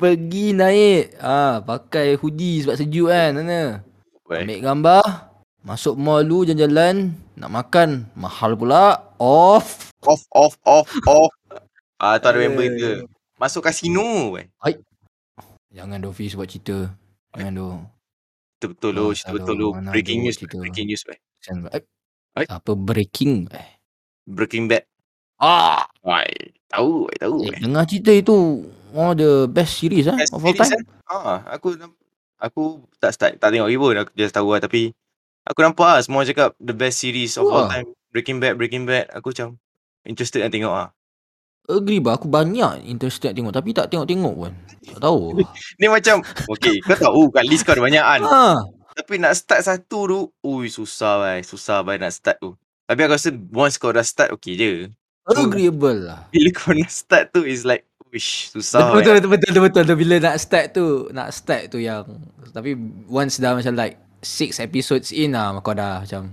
Speaker 1: Pergi naik ah Pakai hoodie sebab sejuk kan sana. Ambil gambar Masuk mall dulu jalan-jalan Nak makan Mahal pula Off
Speaker 2: Off off off off. Ah, tu ada member
Speaker 1: Eh.
Speaker 2: ke? Masuk kasino weh.
Speaker 1: Jangan doh Fiz buat cerita Jangan doh
Speaker 2: Betul lo,
Speaker 1: Ah,
Speaker 2: betul
Speaker 1: selalu
Speaker 2: lo.
Speaker 1: mana
Speaker 2: Breaking
Speaker 1: ada
Speaker 2: news,
Speaker 1: cerita.
Speaker 2: breaking news weh.
Speaker 1: Jangan eh,
Speaker 2: Ai.
Speaker 1: Apa breaking eh.
Speaker 2: Breaking Bad.
Speaker 1: Ah,
Speaker 2: Wai, tahu, wai, tahu.
Speaker 1: eh,
Speaker 2: wai.
Speaker 1: dengar cerita itu one of the best series ah
Speaker 2: Best
Speaker 1: of all
Speaker 2: series,
Speaker 1: time.
Speaker 2: Ah, aku nam- aku tak start, tak tengok lagi pun aku just tahu lah tapi aku nampak lah semua orang cakap the best series of all
Speaker 1: Wah.
Speaker 2: time Breaking Bad Breaking Bad aku macam interested nak tengok ah.
Speaker 1: Agree bah, aku banyak interested nak tengok tapi tak tengok-tengok pun. Tak tahu.
Speaker 2: Ni macam okay kau tahu oh, kat list kau ada banyak kan
Speaker 1: ha,
Speaker 2: tapi nak start satu tu ui susah bai susah bai nak start tu. Tapi aku rasa once kau dah start okay je.
Speaker 1: agreeable lah.
Speaker 2: Bila kau nak start tu is like wish susah.
Speaker 1: Betul betul,
Speaker 2: wai.
Speaker 1: betul betul betul betul bila nak start tu, nak start tu yang tapi once dah macam like six episodes in lah kau dah macam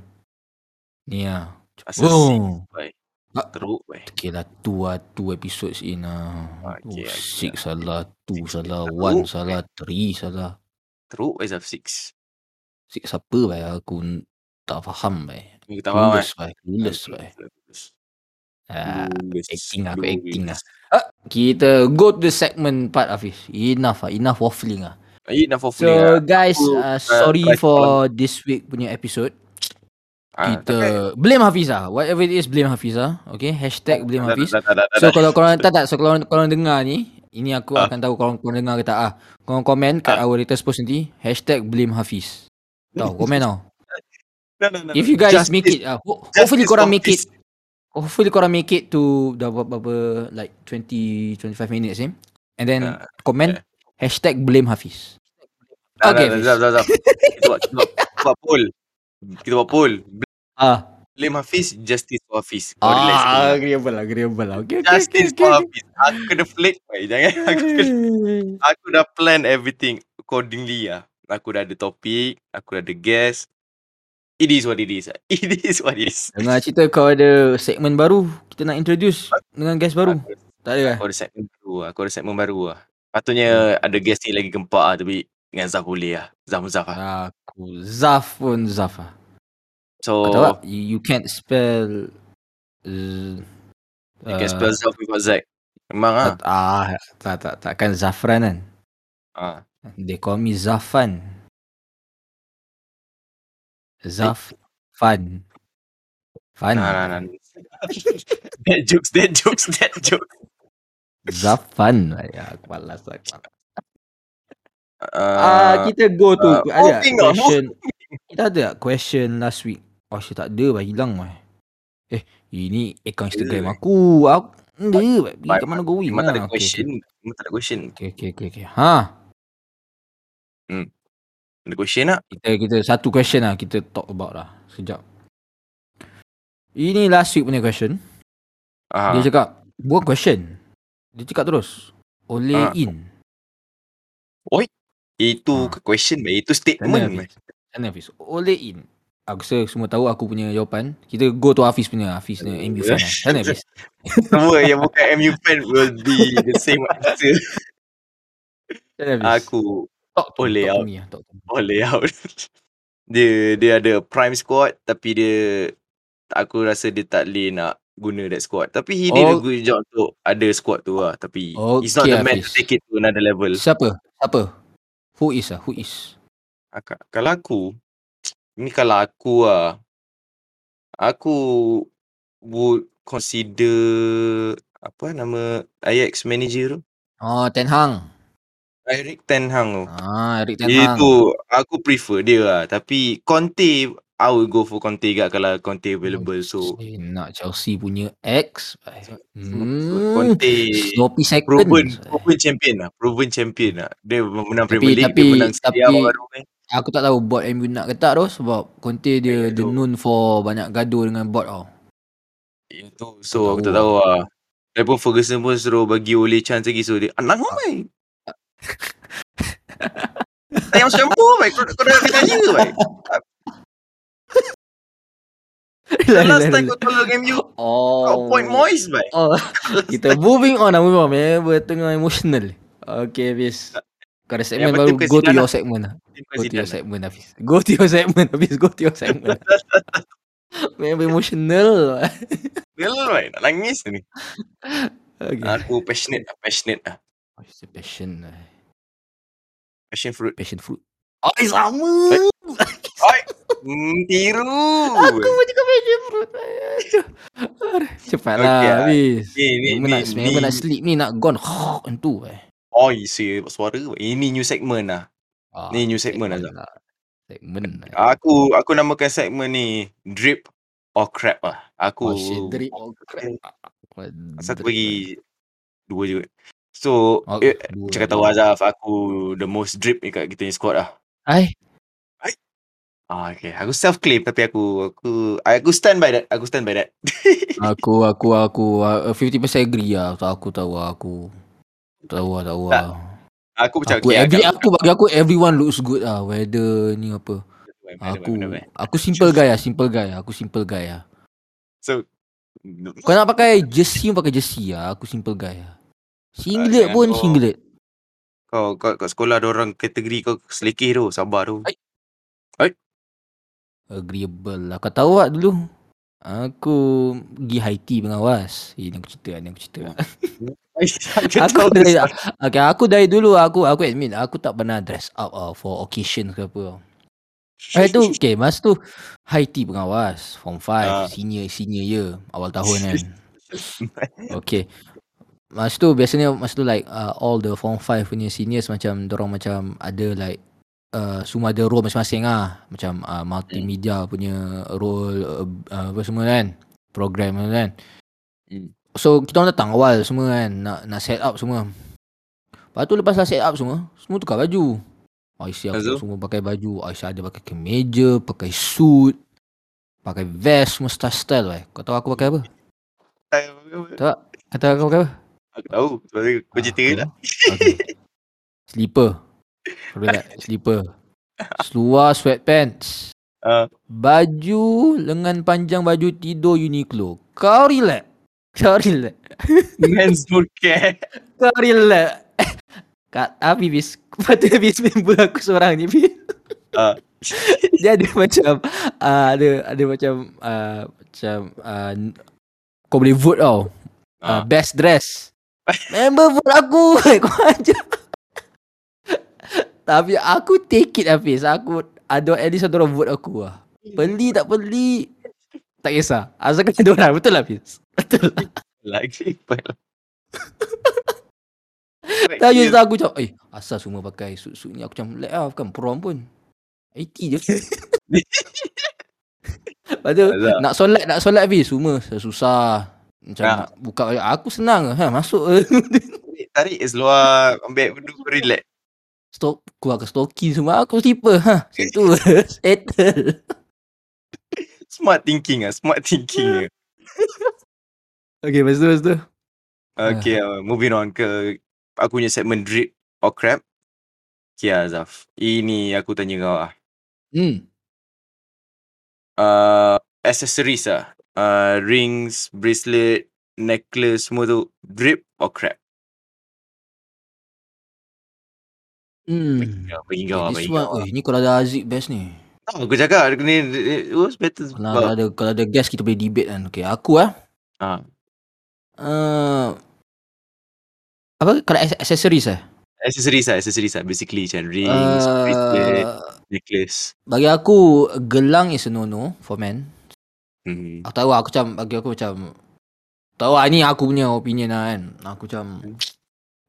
Speaker 1: ni lah.
Speaker 2: Asal sick,
Speaker 1: Oh,
Speaker 2: teruk weh.
Speaker 1: okay lah two lah, two episodes in lah. Oh,
Speaker 2: Okay, okay.
Speaker 1: six salah, two
Speaker 2: Six
Speaker 1: salah,
Speaker 2: episode.
Speaker 1: one salah, three lah. salah.
Speaker 2: Teruk weh Zaf 6.
Speaker 1: Sik siapa baik aku n- tak faham baik.
Speaker 2: Ni kita faham kan?
Speaker 1: Clueless baik, clueless baik. Ah, acting lah, aku acting lah. Ah, kita go to the segment part Hafiz. Enough lah, enough waffling lah.
Speaker 2: Eh, enough of
Speaker 1: So
Speaker 2: so,
Speaker 1: guys,
Speaker 2: Aku,
Speaker 1: uh, sorry
Speaker 2: try
Speaker 1: for this week punya episode.
Speaker 2: Ah,
Speaker 1: Kita blame Hafiz lah. Whatever it is, blame Hafiz lah. Okay,
Speaker 2: Ah,
Speaker 1: hashtag blame Hafiz. So kalau korang tak tak so kalau korang dengar ni ini aku
Speaker 2: Ah.
Speaker 1: akan tahu korang korang dengar ke tak ah. Korang komen kat our latest post nanti hashtag blame Hafiz. Tahu komen tau. If you guys make it uh, ho- hopefully korang make it hopefully korang make it to dah berapa like 20 25 minutes ni. And then
Speaker 2: Ah,
Speaker 1: comment hashtag blame Hafiz. Okay,
Speaker 2: Okay, nah,
Speaker 1: Hafiz.
Speaker 2: nah, nah, nah, Kita buat, kita buat, kita buat poll. Kita buat poll.
Speaker 1: Ah,
Speaker 2: Blame Hafiz, justice for Hafiz. Kau Oh, relax. kau
Speaker 1: ah
Speaker 2: relax.
Speaker 1: agreeable lah, agreeable lah. Okay, okay, okay.
Speaker 2: Justice
Speaker 1: okay,
Speaker 2: for
Speaker 1: okay.
Speaker 2: Hafiz. Aku kena flick. Baik, jangan. Aku kena Aku dah plan everything accordingly lah. Aku dah ada topik, aku dah ada guest. It is what it is. lah. It is what it is.
Speaker 1: Dengar cerita kau ada segmen baru kita nak introduce dengan guest baru.
Speaker 2: Aku,
Speaker 1: Tak ada eh?
Speaker 2: aku ada segmen baru lah. Aku ada segmen baru lah. Patutnya ada guest ni lagi gempak lah. Tapi dengan Zaf boleh lah. Zaf Muzaf lah.
Speaker 1: Aku Zaf pun Zaf lah. Kau tahu tak?
Speaker 2: So,
Speaker 1: You, you can't spell uh,
Speaker 2: you can spell Zaf without Zack. Memang lah.
Speaker 1: Tak, ah, tak, tak, takkan Zafran kan?
Speaker 2: Ah.
Speaker 1: They call me Zafan. Zaf, fun. Fun. Kan?
Speaker 2: Ah, Nah, nah, nah. That jokes, that jokes, that jokes.
Speaker 1: Zafan Ya aku malas lah, aku malas. Ah,
Speaker 2: Uh,
Speaker 1: kita go to
Speaker 2: ah,
Speaker 1: ada tak
Speaker 2: moving on,
Speaker 1: question. Kita ada tak question last week. Oh, shit, tak ada bah hilang bah. Eh, ini akaun Instagram
Speaker 2: Ada.
Speaker 1: aku. Aku ada bah. Pergi
Speaker 2: Baik,
Speaker 1: kat mana going
Speaker 2: memang tak ada
Speaker 1: lah. Okay,
Speaker 2: question. Memang tak ada question.
Speaker 1: Okay, okay, okay, okay. Ha,
Speaker 2: Ada question tak?
Speaker 1: kita kita satu question lah kita talk about lah. Sekejap. Ini last week punya question.
Speaker 2: Ah,
Speaker 1: Dia cakap bukan question. Dia cakap terus. Oleh
Speaker 2: Ah.
Speaker 1: in.
Speaker 2: itu
Speaker 1: Ah.
Speaker 2: question, meh. itu
Speaker 1: Sana
Speaker 2: statement. meh.
Speaker 1: Hafiz. Sana Hafiz. Oleh in. Aku rasa semua tahu aku punya jawapan. Kita go to Hafiz punya. Hafiz punya MU fan lah. Sana Hafiz.
Speaker 2: Semua yang bukan MU fan will be the same answer.
Speaker 1: Sana Hafiz.
Speaker 2: Aku
Speaker 1: talk to,
Speaker 2: Oleh
Speaker 1: talk to
Speaker 2: out.
Speaker 1: me lah. Talk to me.
Speaker 2: boleh out. dia dia ada prime squad tapi dia aku rasa dia tak boleh nak guna that squad. Tapi he did
Speaker 1: Oh.
Speaker 2: a good job untuk ada squad tu lah. Tapi he's
Speaker 1: Okay,
Speaker 2: not the man to
Speaker 1: Hafiz.
Speaker 2: take it to another level.
Speaker 1: Siapa? Siapa? Who is lah? Who is?
Speaker 2: Ak- Ah, kalau aku ni kalau aku ah aku would consider apa nama Ajax manager tu
Speaker 1: Oh, Ten Hang.
Speaker 2: Eric Ten Hag tu.
Speaker 1: Ah, Eric Ten
Speaker 2: Dia
Speaker 1: Hang.
Speaker 2: tu aku prefer dia lah tapi Conte I will go for Conte juga kalau Conte available so
Speaker 1: Chelsea Eh, Nak Chelsea punya ex. Hmm.
Speaker 2: Conte
Speaker 1: Sloppy second.
Speaker 2: proven proven champion lah proven champion lah dia menang
Speaker 1: Tapi-
Speaker 2: Premier League
Speaker 1: tapi-
Speaker 2: dia menang Serie A
Speaker 1: tapi-
Speaker 2: baru kan
Speaker 1: Aku tak tahu bot MU nak ke tak tu sebab Conte dia,
Speaker 2: Ya,
Speaker 1: dia
Speaker 2: tu.
Speaker 1: known for banyak gaduh dengan bot tau.
Speaker 2: itu
Speaker 1: Tak
Speaker 2: so aku tak
Speaker 1: tahu.
Speaker 2: tahu lah Lagipun Ferguson pun suruh bagi oleh chance lagi so dia anang ah. mai Tayang shampoo mai kau, kau dah kena dia mai last time kau tolong MU kau
Speaker 1: Oh.
Speaker 2: point Moyes mai
Speaker 1: Oh. Kita moving on lah moving on. Eh. Bertengah emotional. Okay, Hafiz. Kau ada segmen
Speaker 2: Yang
Speaker 1: baru
Speaker 2: penting
Speaker 1: go to
Speaker 2: Zidane
Speaker 1: your segment lah.
Speaker 2: Tim kau
Speaker 1: Go to
Speaker 2: Zidane
Speaker 1: your
Speaker 2: lah.
Speaker 1: segment Hafiz. Go to your segment Hafiz. Go to your segment. Memang emotional.
Speaker 2: Real mai nak nangis ni
Speaker 1: Okay.
Speaker 2: aku passionate lah passionate lah
Speaker 1: Oh, it's a passion. lah.
Speaker 2: passion fruit
Speaker 1: Passion fruit. Oh, eh, sama.
Speaker 2: oi mm, tiru
Speaker 1: Aku pun cakap passion fruit. eh. Aduh. Cepatlah
Speaker 2: Okay, ah.
Speaker 1: habis.
Speaker 2: ni ni
Speaker 1: Memang
Speaker 2: ni,
Speaker 1: nak, memang nak
Speaker 2: ni
Speaker 1: sleep ni nak gone. Entu eh.
Speaker 2: Oh, you see suara. Ini new segment lah.
Speaker 1: Ah,
Speaker 2: Ni new segment lah,
Speaker 1: lah. Segment lah.
Speaker 2: Aku aku namakan segmen ni drip or crap lah. Aku
Speaker 1: Oh, shit, drip or crap.
Speaker 2: Asal aku bagi dua je. So,
Speaker 1: Oh,
Speaker 2: eh,
Speaker 1: dua
Speaker 2: cakap
Speaker 1: je.
Speaker 2: tahu Azaf, aku the most drip dekat kita ni squad lah.
Speaker 1: Ai,
Speaker 2: Ah, okay. Aku self claim tapi aku aku aku stand by that. Aku stand by that.
Speaker 1: aku aku aku uh, 50% agree lah. Tak aku tahu lah, aku tahu lah, tahu
Speaker 2: Tak,
Speaker 1: lah.
Speaker 2: Aku macam
Speaker 1: Aku
Speaker 2: okay,
Speaker 1: every
Speaker 2: agak-
Speaker 1: aku bagi aku everyone looks good lah whether ni apa. Aku aku simple guy lah, simple guy. lah, Aku simple guy lah.
Speaker 2: So
Speaker 1: Kau nak pakai jersey pun pakai jersey lah. Aku simple guy lah. Singlet
Speaker 2: jangan
Speaker 1: pun
Speaker 2: kau-
Speaker 1: singlet.
Speaker 2: kau kau kat sekolah ada orang kategori kau selekeh tu, sabar tu.
Speaker 1: Agreeable lah. Kau tahu tak dulu? Aku pergi Haiti pengawas. Ini aku cerita, ini aku cerita. aku dari, okay, aku dari dulu aku aku admit aku tak pernah dress up uh, for occasion ke apa. tau. Eh tu okay, masa tu Haiti pengawas form 5
Speaker 2: Ah.
Speaker 1: senior senior year awal tahun kan. Okay. Masa tu biasanya masa tu like uh, all the form 5 punya seniors macam dorong macam ada like uh, semua ada role masing-masing ah macam uh, multimedia punya role uh, uh, apa semua kan program kan
Speaker 2: Hmm.
Speaker 1: so kita orang datang awal semua kan nak nak set up semua lepas tu lepas dah set up semua semua tukar baju Aisyah
Speaker 2: Lepas tu?
Speaker 1: aku semua pakai baju Aisyah ada pakai kemeja pakai suit pakai vest semua style style weh kau tahu aku pakai apa kata aku pakai apa
Speaker 2: Aku tahu Sebab tu kau cerita
Speaker 1: Aku-
Speaker 2: kan tak
Speaker 1: Okay. Slipper. Kau tak? Slipper. Seluar sweatpants.
Speaker 2: Ah,
Speaker 1: Baju lengan panjang baju tidur Uniqlo. Kau relax. Kau relax.
Speaker 2: Men's don't care
Speaker 1: Kau relax. Kat Abi bis. Patut habis bimbul aku seorang ni. Bis.
Speaker 2: Ah.
Speaker 1: Dia ada macam uh, ada ada macam uh, macam uh, kau boleh vote tau. Uh,
Speaker 2: Ah.
Speaker 1: best dress. Member vote aku. Kau aja. Tapi aku take it Hafiz. Aku ada at least satu orang vote aku lah. Peli tak peli. Tak kisah. Azal kena diorang. Betul lah Fiz? Betul lah.
Speaker 2: Lagi pula.
Speaker 1: Tak je tak aku macam, eh asal semua pakai suit-suit ni. Aku macam, lag lah bukan prom pun. IT je. Lepas tu,
Speaker 2: Azal.
Speaker 1: nak solat, nak solat Fiz. Semua susah. Macam
Speaker 2: Ah.
Speaker 1: nak buka, aku senang. Ha, masuk. eh.
Speaker 2: Tarik- Tarik is luar ambil duduk relax.
Speaker 1: Stok, keluarkan stokin semua. Aku slipper. Ha, situ. Settle.
Speaker 2: Smart thinking ah, smart thinking ah.
Speaker 1: Okay, lepas tu, lepas tu. Ah.
Speaker 2: Okay, uh, moving on ke aku punya segmen drip or crap. Okay Azaf, ini aku tanya kau ah.
Speaker 1: Hmm.
Speaker 2: Uh, accessories ah. Uh, rings, bracelet, necklace semua tu drip or crap?
Speaker 1: Hmm.
Speaker 2: Bagi kau, bagi
Speaker 1: Okay,
Speaker 2: kau, ah,
Speaker 1: Hmm. this
Speaker 2: bagi
Speaker 1: one,
Speaker 2: kau.
Speaker 1: oh, ni kalau ada Aziz best ni.
Speaker 2: Tak, aku cakap ni ni- it was better
Speaker 1: Kalau kalau
Speaker 2: sebab
Speaker 1: ada kalau ada guest kita boleh debate kan. Okay, aku ah.
Speaker 2: Ah.
Speaker 1: Uh, apa kalau ac- accessories eh?
Speaker 2: accessories lah, accessories lah. Basically macam rings, bracelet,
Speaker 1: Uh,
Speaker 2: necklace.
Speaker 1: bagi aku gelang is a no no for men.
Speaker 2: Hmm.
Speaker 1: Aku tahu aku macam bagi aku macam tahu lah, ni aku punya opinion lah kan. Aku macam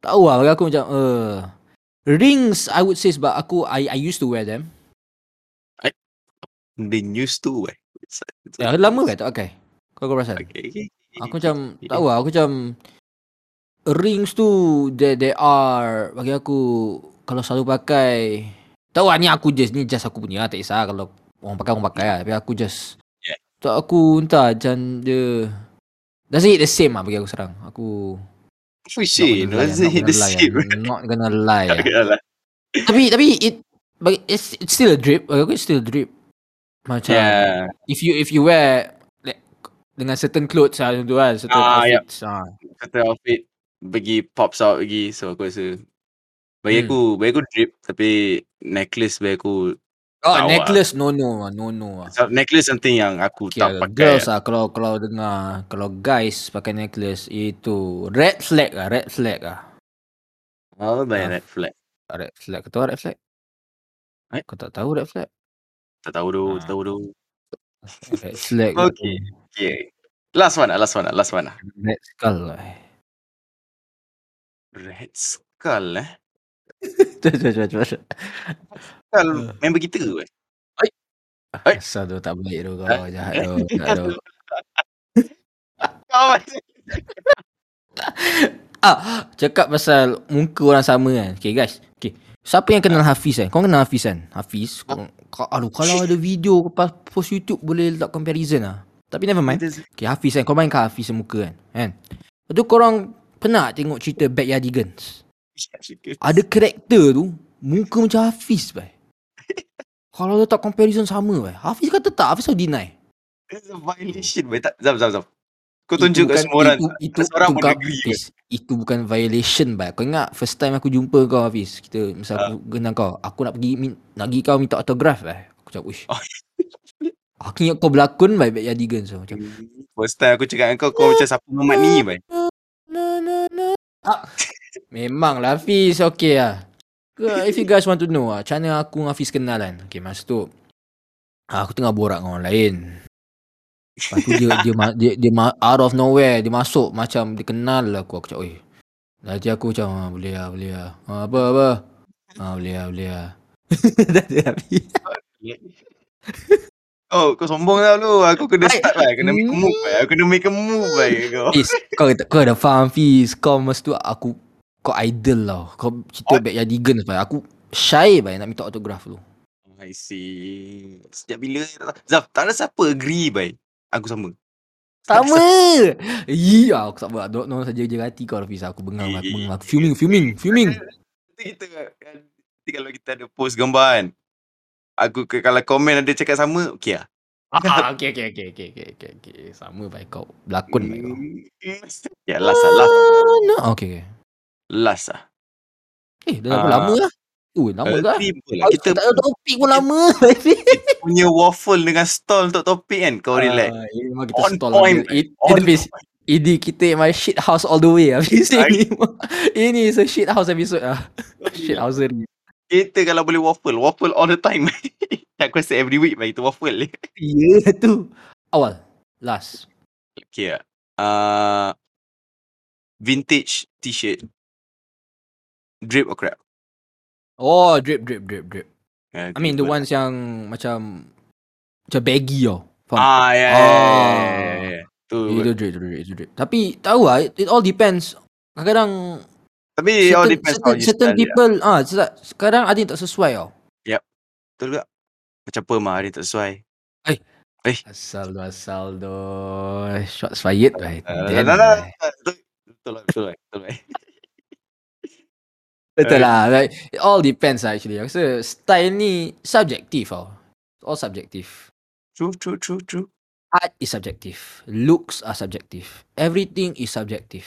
Speaker 1: tahu lah bagi aku macam uh, rings I would say sebab aku I I used to wear them.
Speaker 2: The news tu eh. It's, it's
Speaker 1: Ya, lama kan tak pakai. Kau kau perasan?
Speaker 2: Okay, okay.
Speaker 1: Aku macam tak tahu lah, aku macam rings tu they, they are bagi aku kalau selalu pakai tahu lah ni aku just ni just aku punya lah, tak kisah kalau orang pakai orang pakai lah tapi aku just
Speaker 2: Yeah.
Speaker 1: tu aku entah macam dia doesn't it the same lah bagi aku sekarang aku
Speaker 2: Oh shit, no, it's hit the
Speaker 1: lie,
Speaker 2: shit. lah.
Speaker 1: I'm not gonna lie ah.
Speaker 2: Alah.
Speaker 1: tapi tapi it bagi, it's, it's still a drip bagi aku it's still a drip macam
Speaker 2: Yeah.
Speaker 1: if you if you wear like, dengan certain clothes lah tu kan certain
Speaker 2: Ah, yep.
Speaker 1: outfits ah.
Speaker 2: Kata outfit bagi pops out lagi. So aku rasa bagi
Speaker 1: Hmm.
Speaker 2: aku, bagi aku drip tapi necklace bagi aku
Speaker 1: Oh,
Speaker 2: Tahu ah.
Speaker 1: necklace no no ah, no no ah.
Speaker 2: so, necklace something yang aku
Speaker 1: Okay,
Speaker 2: tak
Speaker 1: ah,
Speaker 2: pakai.
Speaker 1: girls ah
Speaker 2: lah.
Speaker 1: kalau kalau dengar kalau guys pakai necklace itu red flag ah, red flag ah.
Speaker 2: Oh, banyak
Speaker 1: Ah.
Speaker 2: red flag.
Speaker 1: Ah, Red flag kau tahu red flag?
Speaker 2: Eh?
Speaker 1: Kau tak tahu red flag?
Speaker 2: Tak tahu tu, tak
Speaker 1: Ah.
Speaker 2: tahu tu.
Speaker 1: Red flag.
Speaker 2: Okay. Okay. Last one lah, last one lah, last one lah.
Speaker 1: Red skull lah.
Speaker 2: Red Skull eh.
Speaker 1: Cuba cuba cuba cuba.
Speaker 2: Skull
Speaker 1: Ah.
Speaker 2: member kita ke? weh? Eh.
Speaker 1: Asal tu tak baik tu
Speaker 2: Ah.
Speaker 1: kau, jahat tu, jahat tu.
Speaker 2: Kau
Speaker 1: Ah, cakap pasal muka orang sama kan. Okay guys. Okay. Siapa yang kenal Hafiz kan? Kau kenal Hafiz kan? Hafiz.
Speaker 2: Ah.
Speaker 1: Kau, kau, aduh, kalau ada video kau pas- post YouTube boleh letak comparison lah. Tapi never mind. Okay, Hafiz kan. Kau main kat Hafiz muka kan? Kan? Lepas tu korang pernah tengok cerita Backyardigans? Ada karakter tu, muka macam Hafiz bai. kalau letak comparison sama bai. Hafiz kata tak, Hafiz selalu deny.
Speaker 2: It's a violation weh. Tak, Zam, Zam, Zam. Kau
Speaker 1: Itu
Speaker 2: tunjuk kat
Speaker 1: bukan-
Speaker 2: semua orang.
Speaker 1: Itu,
Speaker 2: tak?
Speaker 1: itu,
Speaker 2: Tak seorang
Speaker 1: itu,
Speaker 2: pun
Speaker 1: bukan-
Speaker 2: agree,
Speaker 1: Hafiz, itu bukan violation bai. Kau ingat first time aku jumpa kau Hafiz. Kita misal
Speaker 2: Ah.
Speaker 1: aku kenal kau. Aku nak pergi min, nak pergi kau minta autograph bai. Aku cakap, "Uish."
Speaker 2: Oh.
Speaker 1: aku ingat kau berlakon bai Bad Yadigan so macam.
Speaker 2: First time aku cakap dengan kau, kau macam siapa Muhammad ni, bai.
Speaker 1: Na na na. Ah, memang lah Hafiz okay lah. Ke- If you guys want to know ah, macam mana aku dengan Hafiz kenal kan. Okay, masa tu ah, aku tengah borak dengan orang lain. Lepas tu dia dia ma- dia, dia ma- out of nowhere dia masuk macam dia kenal lah aku aku cakap oi. Nanti aku macam ah, boleh lah boleh lah. Ah, apa apa. Ah boleh lah boleh lah. Dah dia habis.
Speaker 2: Oh, kau sombong tau lu. Aku kena
Speaker 1: Baik.
Speaker 2: start lah. Kena make a move, bai. Aku kena make a move, bai. Kau.
Speaker 1: Fiz, kau kata, kau dah faham Fiz. Kau masa tu aku kau idol lah. Kau cerita back Yadigan sebab aku shy baik nak minta autograf lu.
Speaker 2: Oh, I see. Sejak bila? Zaf, tak ada siapa agree, bai. Aku sama.
Speaker 1: Sama. Iya, aku tak buat. Don't know saja je hati kau Fiz. Aku bengang, aku bengang. Aku fuming, fuming, fuming.
Speaker 2: Nanti kita nanti kalau kita ada post gambar kan. Aku ke, kalau komen ada cakap sama, okey lah.
Speaker 1: Ah, okey okey okey okey okey okey. Okay. Sama baik kau. Berlakon baik kau.
Speaker 2: Hmm. Ya, last lah. Last,
Speaker 1: Ah, no. Okey okey.
Speaker 2: last lah.
Speaker 1: Eh, dah berapa
Speaker 2: Ah.
Speaker 1: lama lah. Ui, lama ke?
Speaker 2: Eh,
Speaker 1: ah?
Speaker 2: Tiba lah.
Speaker 1: Aku
Speaker 2: Kita
Speaker 1: tak ada topik pun lama.
Speaker 2: punya waffle dengan stall untuk topik kan. Kau relax.
Speaker 1: Ah, ya, memang kita
Speaker 2: On
Speaker 1: stall
Speaker 2: point,
Speaker 1: lah. It,
Speaker 2: On
Speaker 1: it, Fiz, Ini kita my shit house all the way lah Fiz ini. ini is a shit house episode lah. Shit house
Speaker 2: Kita kalau boleh waffle, lah waffle all the time. Aku rasa every week bagi tu waffle.
Speaker 1: Ya tu. Awal. Last.
Speaker 2: Okay lah. Uh, vintage t-shirt. Drip or crap?
Speaker 1: Oh, drip, drip, drip, drip.
Speaker 2: Uh,
Speaker 1: I mean, the ones yang macam macam baggy tau. Faham?
Speaker 2: Ah, yeah, yeah, yeah, yeah, yeah, yeah. Tu.
Speaker 1: Oh. itu drip, itu drip, itu drip. Tapi tahu lah, it, it all depends. Kadang-kadang
Speaker 2: Tapi it
Speaker 1: certain,
Speaker 2: all depends
Speaker 1: certain,
Speaker 2: on your
Speaker 1: certain
Speaker 2: style. People...
Speaker 1: people ah ha, sekarang ada yang tak sesuai tau.
Speaker 2: Betul juga. Macam perm lah, dia tak sesuai.
Speaker 1: Asal tu asal tu shots fired tu.
Speaker 2: Uh, lah,
Speaker 1: eh.
Speaker 2: lah, lah. Betul betul lah, betul lah, betul lah.
Speaker 1: Betul
Speaker 2: Eh.
Speaker 1: lah. Like, it all depends lah actually. Aku rasa style ni subjektif tau. It's all subjektif.
Speaker 2: True, true, true, true.
Speaker 1: Art is subjective. Looks are subjective. Everything is subjective.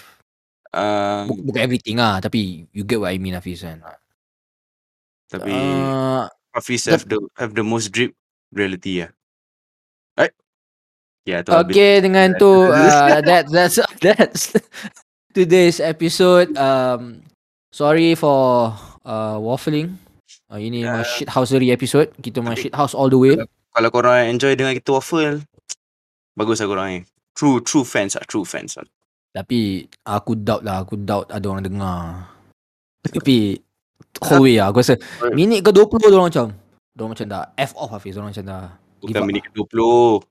Speaker 2: Um,
Speaker 1: Buk- bukan everything lah tapi you get what I mean Hafiz kan.
Speaker 2: tapi
Speaker 1: Uh,
Speaker 2: uh, Hafiz
Speaker 1: tap-
Speaker 2: have the have the most drip reality ya. Right? Yeah, tu
Speaker 1: Uh,
Speaker 2: habis.
Speaker 1: Okay, dengan tu uh, that that's that's today's episode. Um, sorry for uh, waffling. Uh, ini uh,
Speaker 2: Uh,
Speaker 1: shit housery episode. Kita mah
Speaker 2: tapi-
Speaker 1: shit house all the way.
Speaker 2: Kalau korang enjoy dengan kita waffle, bagus lah korang ni. True, true fans lah, true fans lah.
Speaker 1: Tapi aku doubt lah, aku doubt ada orang dengar. Tapi whole way lah. Aku rasa minit ke 20 dia orang macam dia orang macam dah F off Hafiz, dia orang macam dah. Give
Speaker 2: Bukan
Speaker 1: up
Speaker 2: minit ke 20.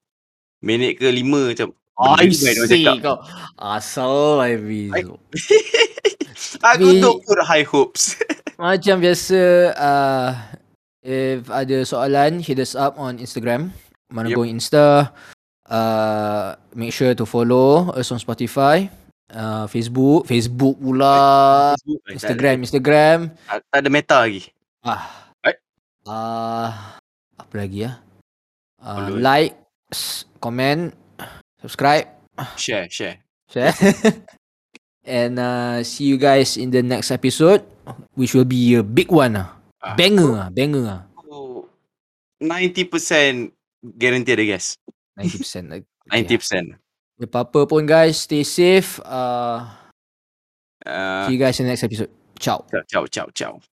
Speaker 2: Minit ke 5 macam.
Speaker 1: I
Speaker 2: benda-benda dia orang
Speaker 1: see
Speaker 2: cakap.
Speaker 1: kau. Asal lah, Hafiz.
Speaker 2: I- Aku
Speaker 1: Tapi-
Speaker 2: tu put high hopes.
Speaker 1: Macam biasa uh, If ada soalan Hit us up on Instagram Mana
Speaker 2: Yep.
Speaker 1: yep. Insta uh, Make sure to follow Us on Spotify uh, Facebook Facebook pula Uh, Instagram Instagram
Speaker 2: Tak tak ada meta lagi.
Speaker 1: ah
Speaker 2: Right.
Speaker 1: uh, Apa lagi ya uh,
Speaker 2: Follow.
Speaker 1: Like s- Comment Subscribe
Speaker 2: Share, share.
Speaker 1: Share And uh, see you guys in the next episode Which will be a big one lah
Speaker 2: Ah.
Speaker 1: Banger lah Banger lah
Speaker 2: Aku 90% guarantee ada guess.
Speaker 1: 90% like,
Speaker 2: 90%.
Speaker 1: okay. Apa-apa pun guys Stay safe uh,
Speaker 2: Uh, Ah.
Speaker 1: See you guys in the next episode Ciao
Speaker 2: ciao, ciao, ciao. ciao.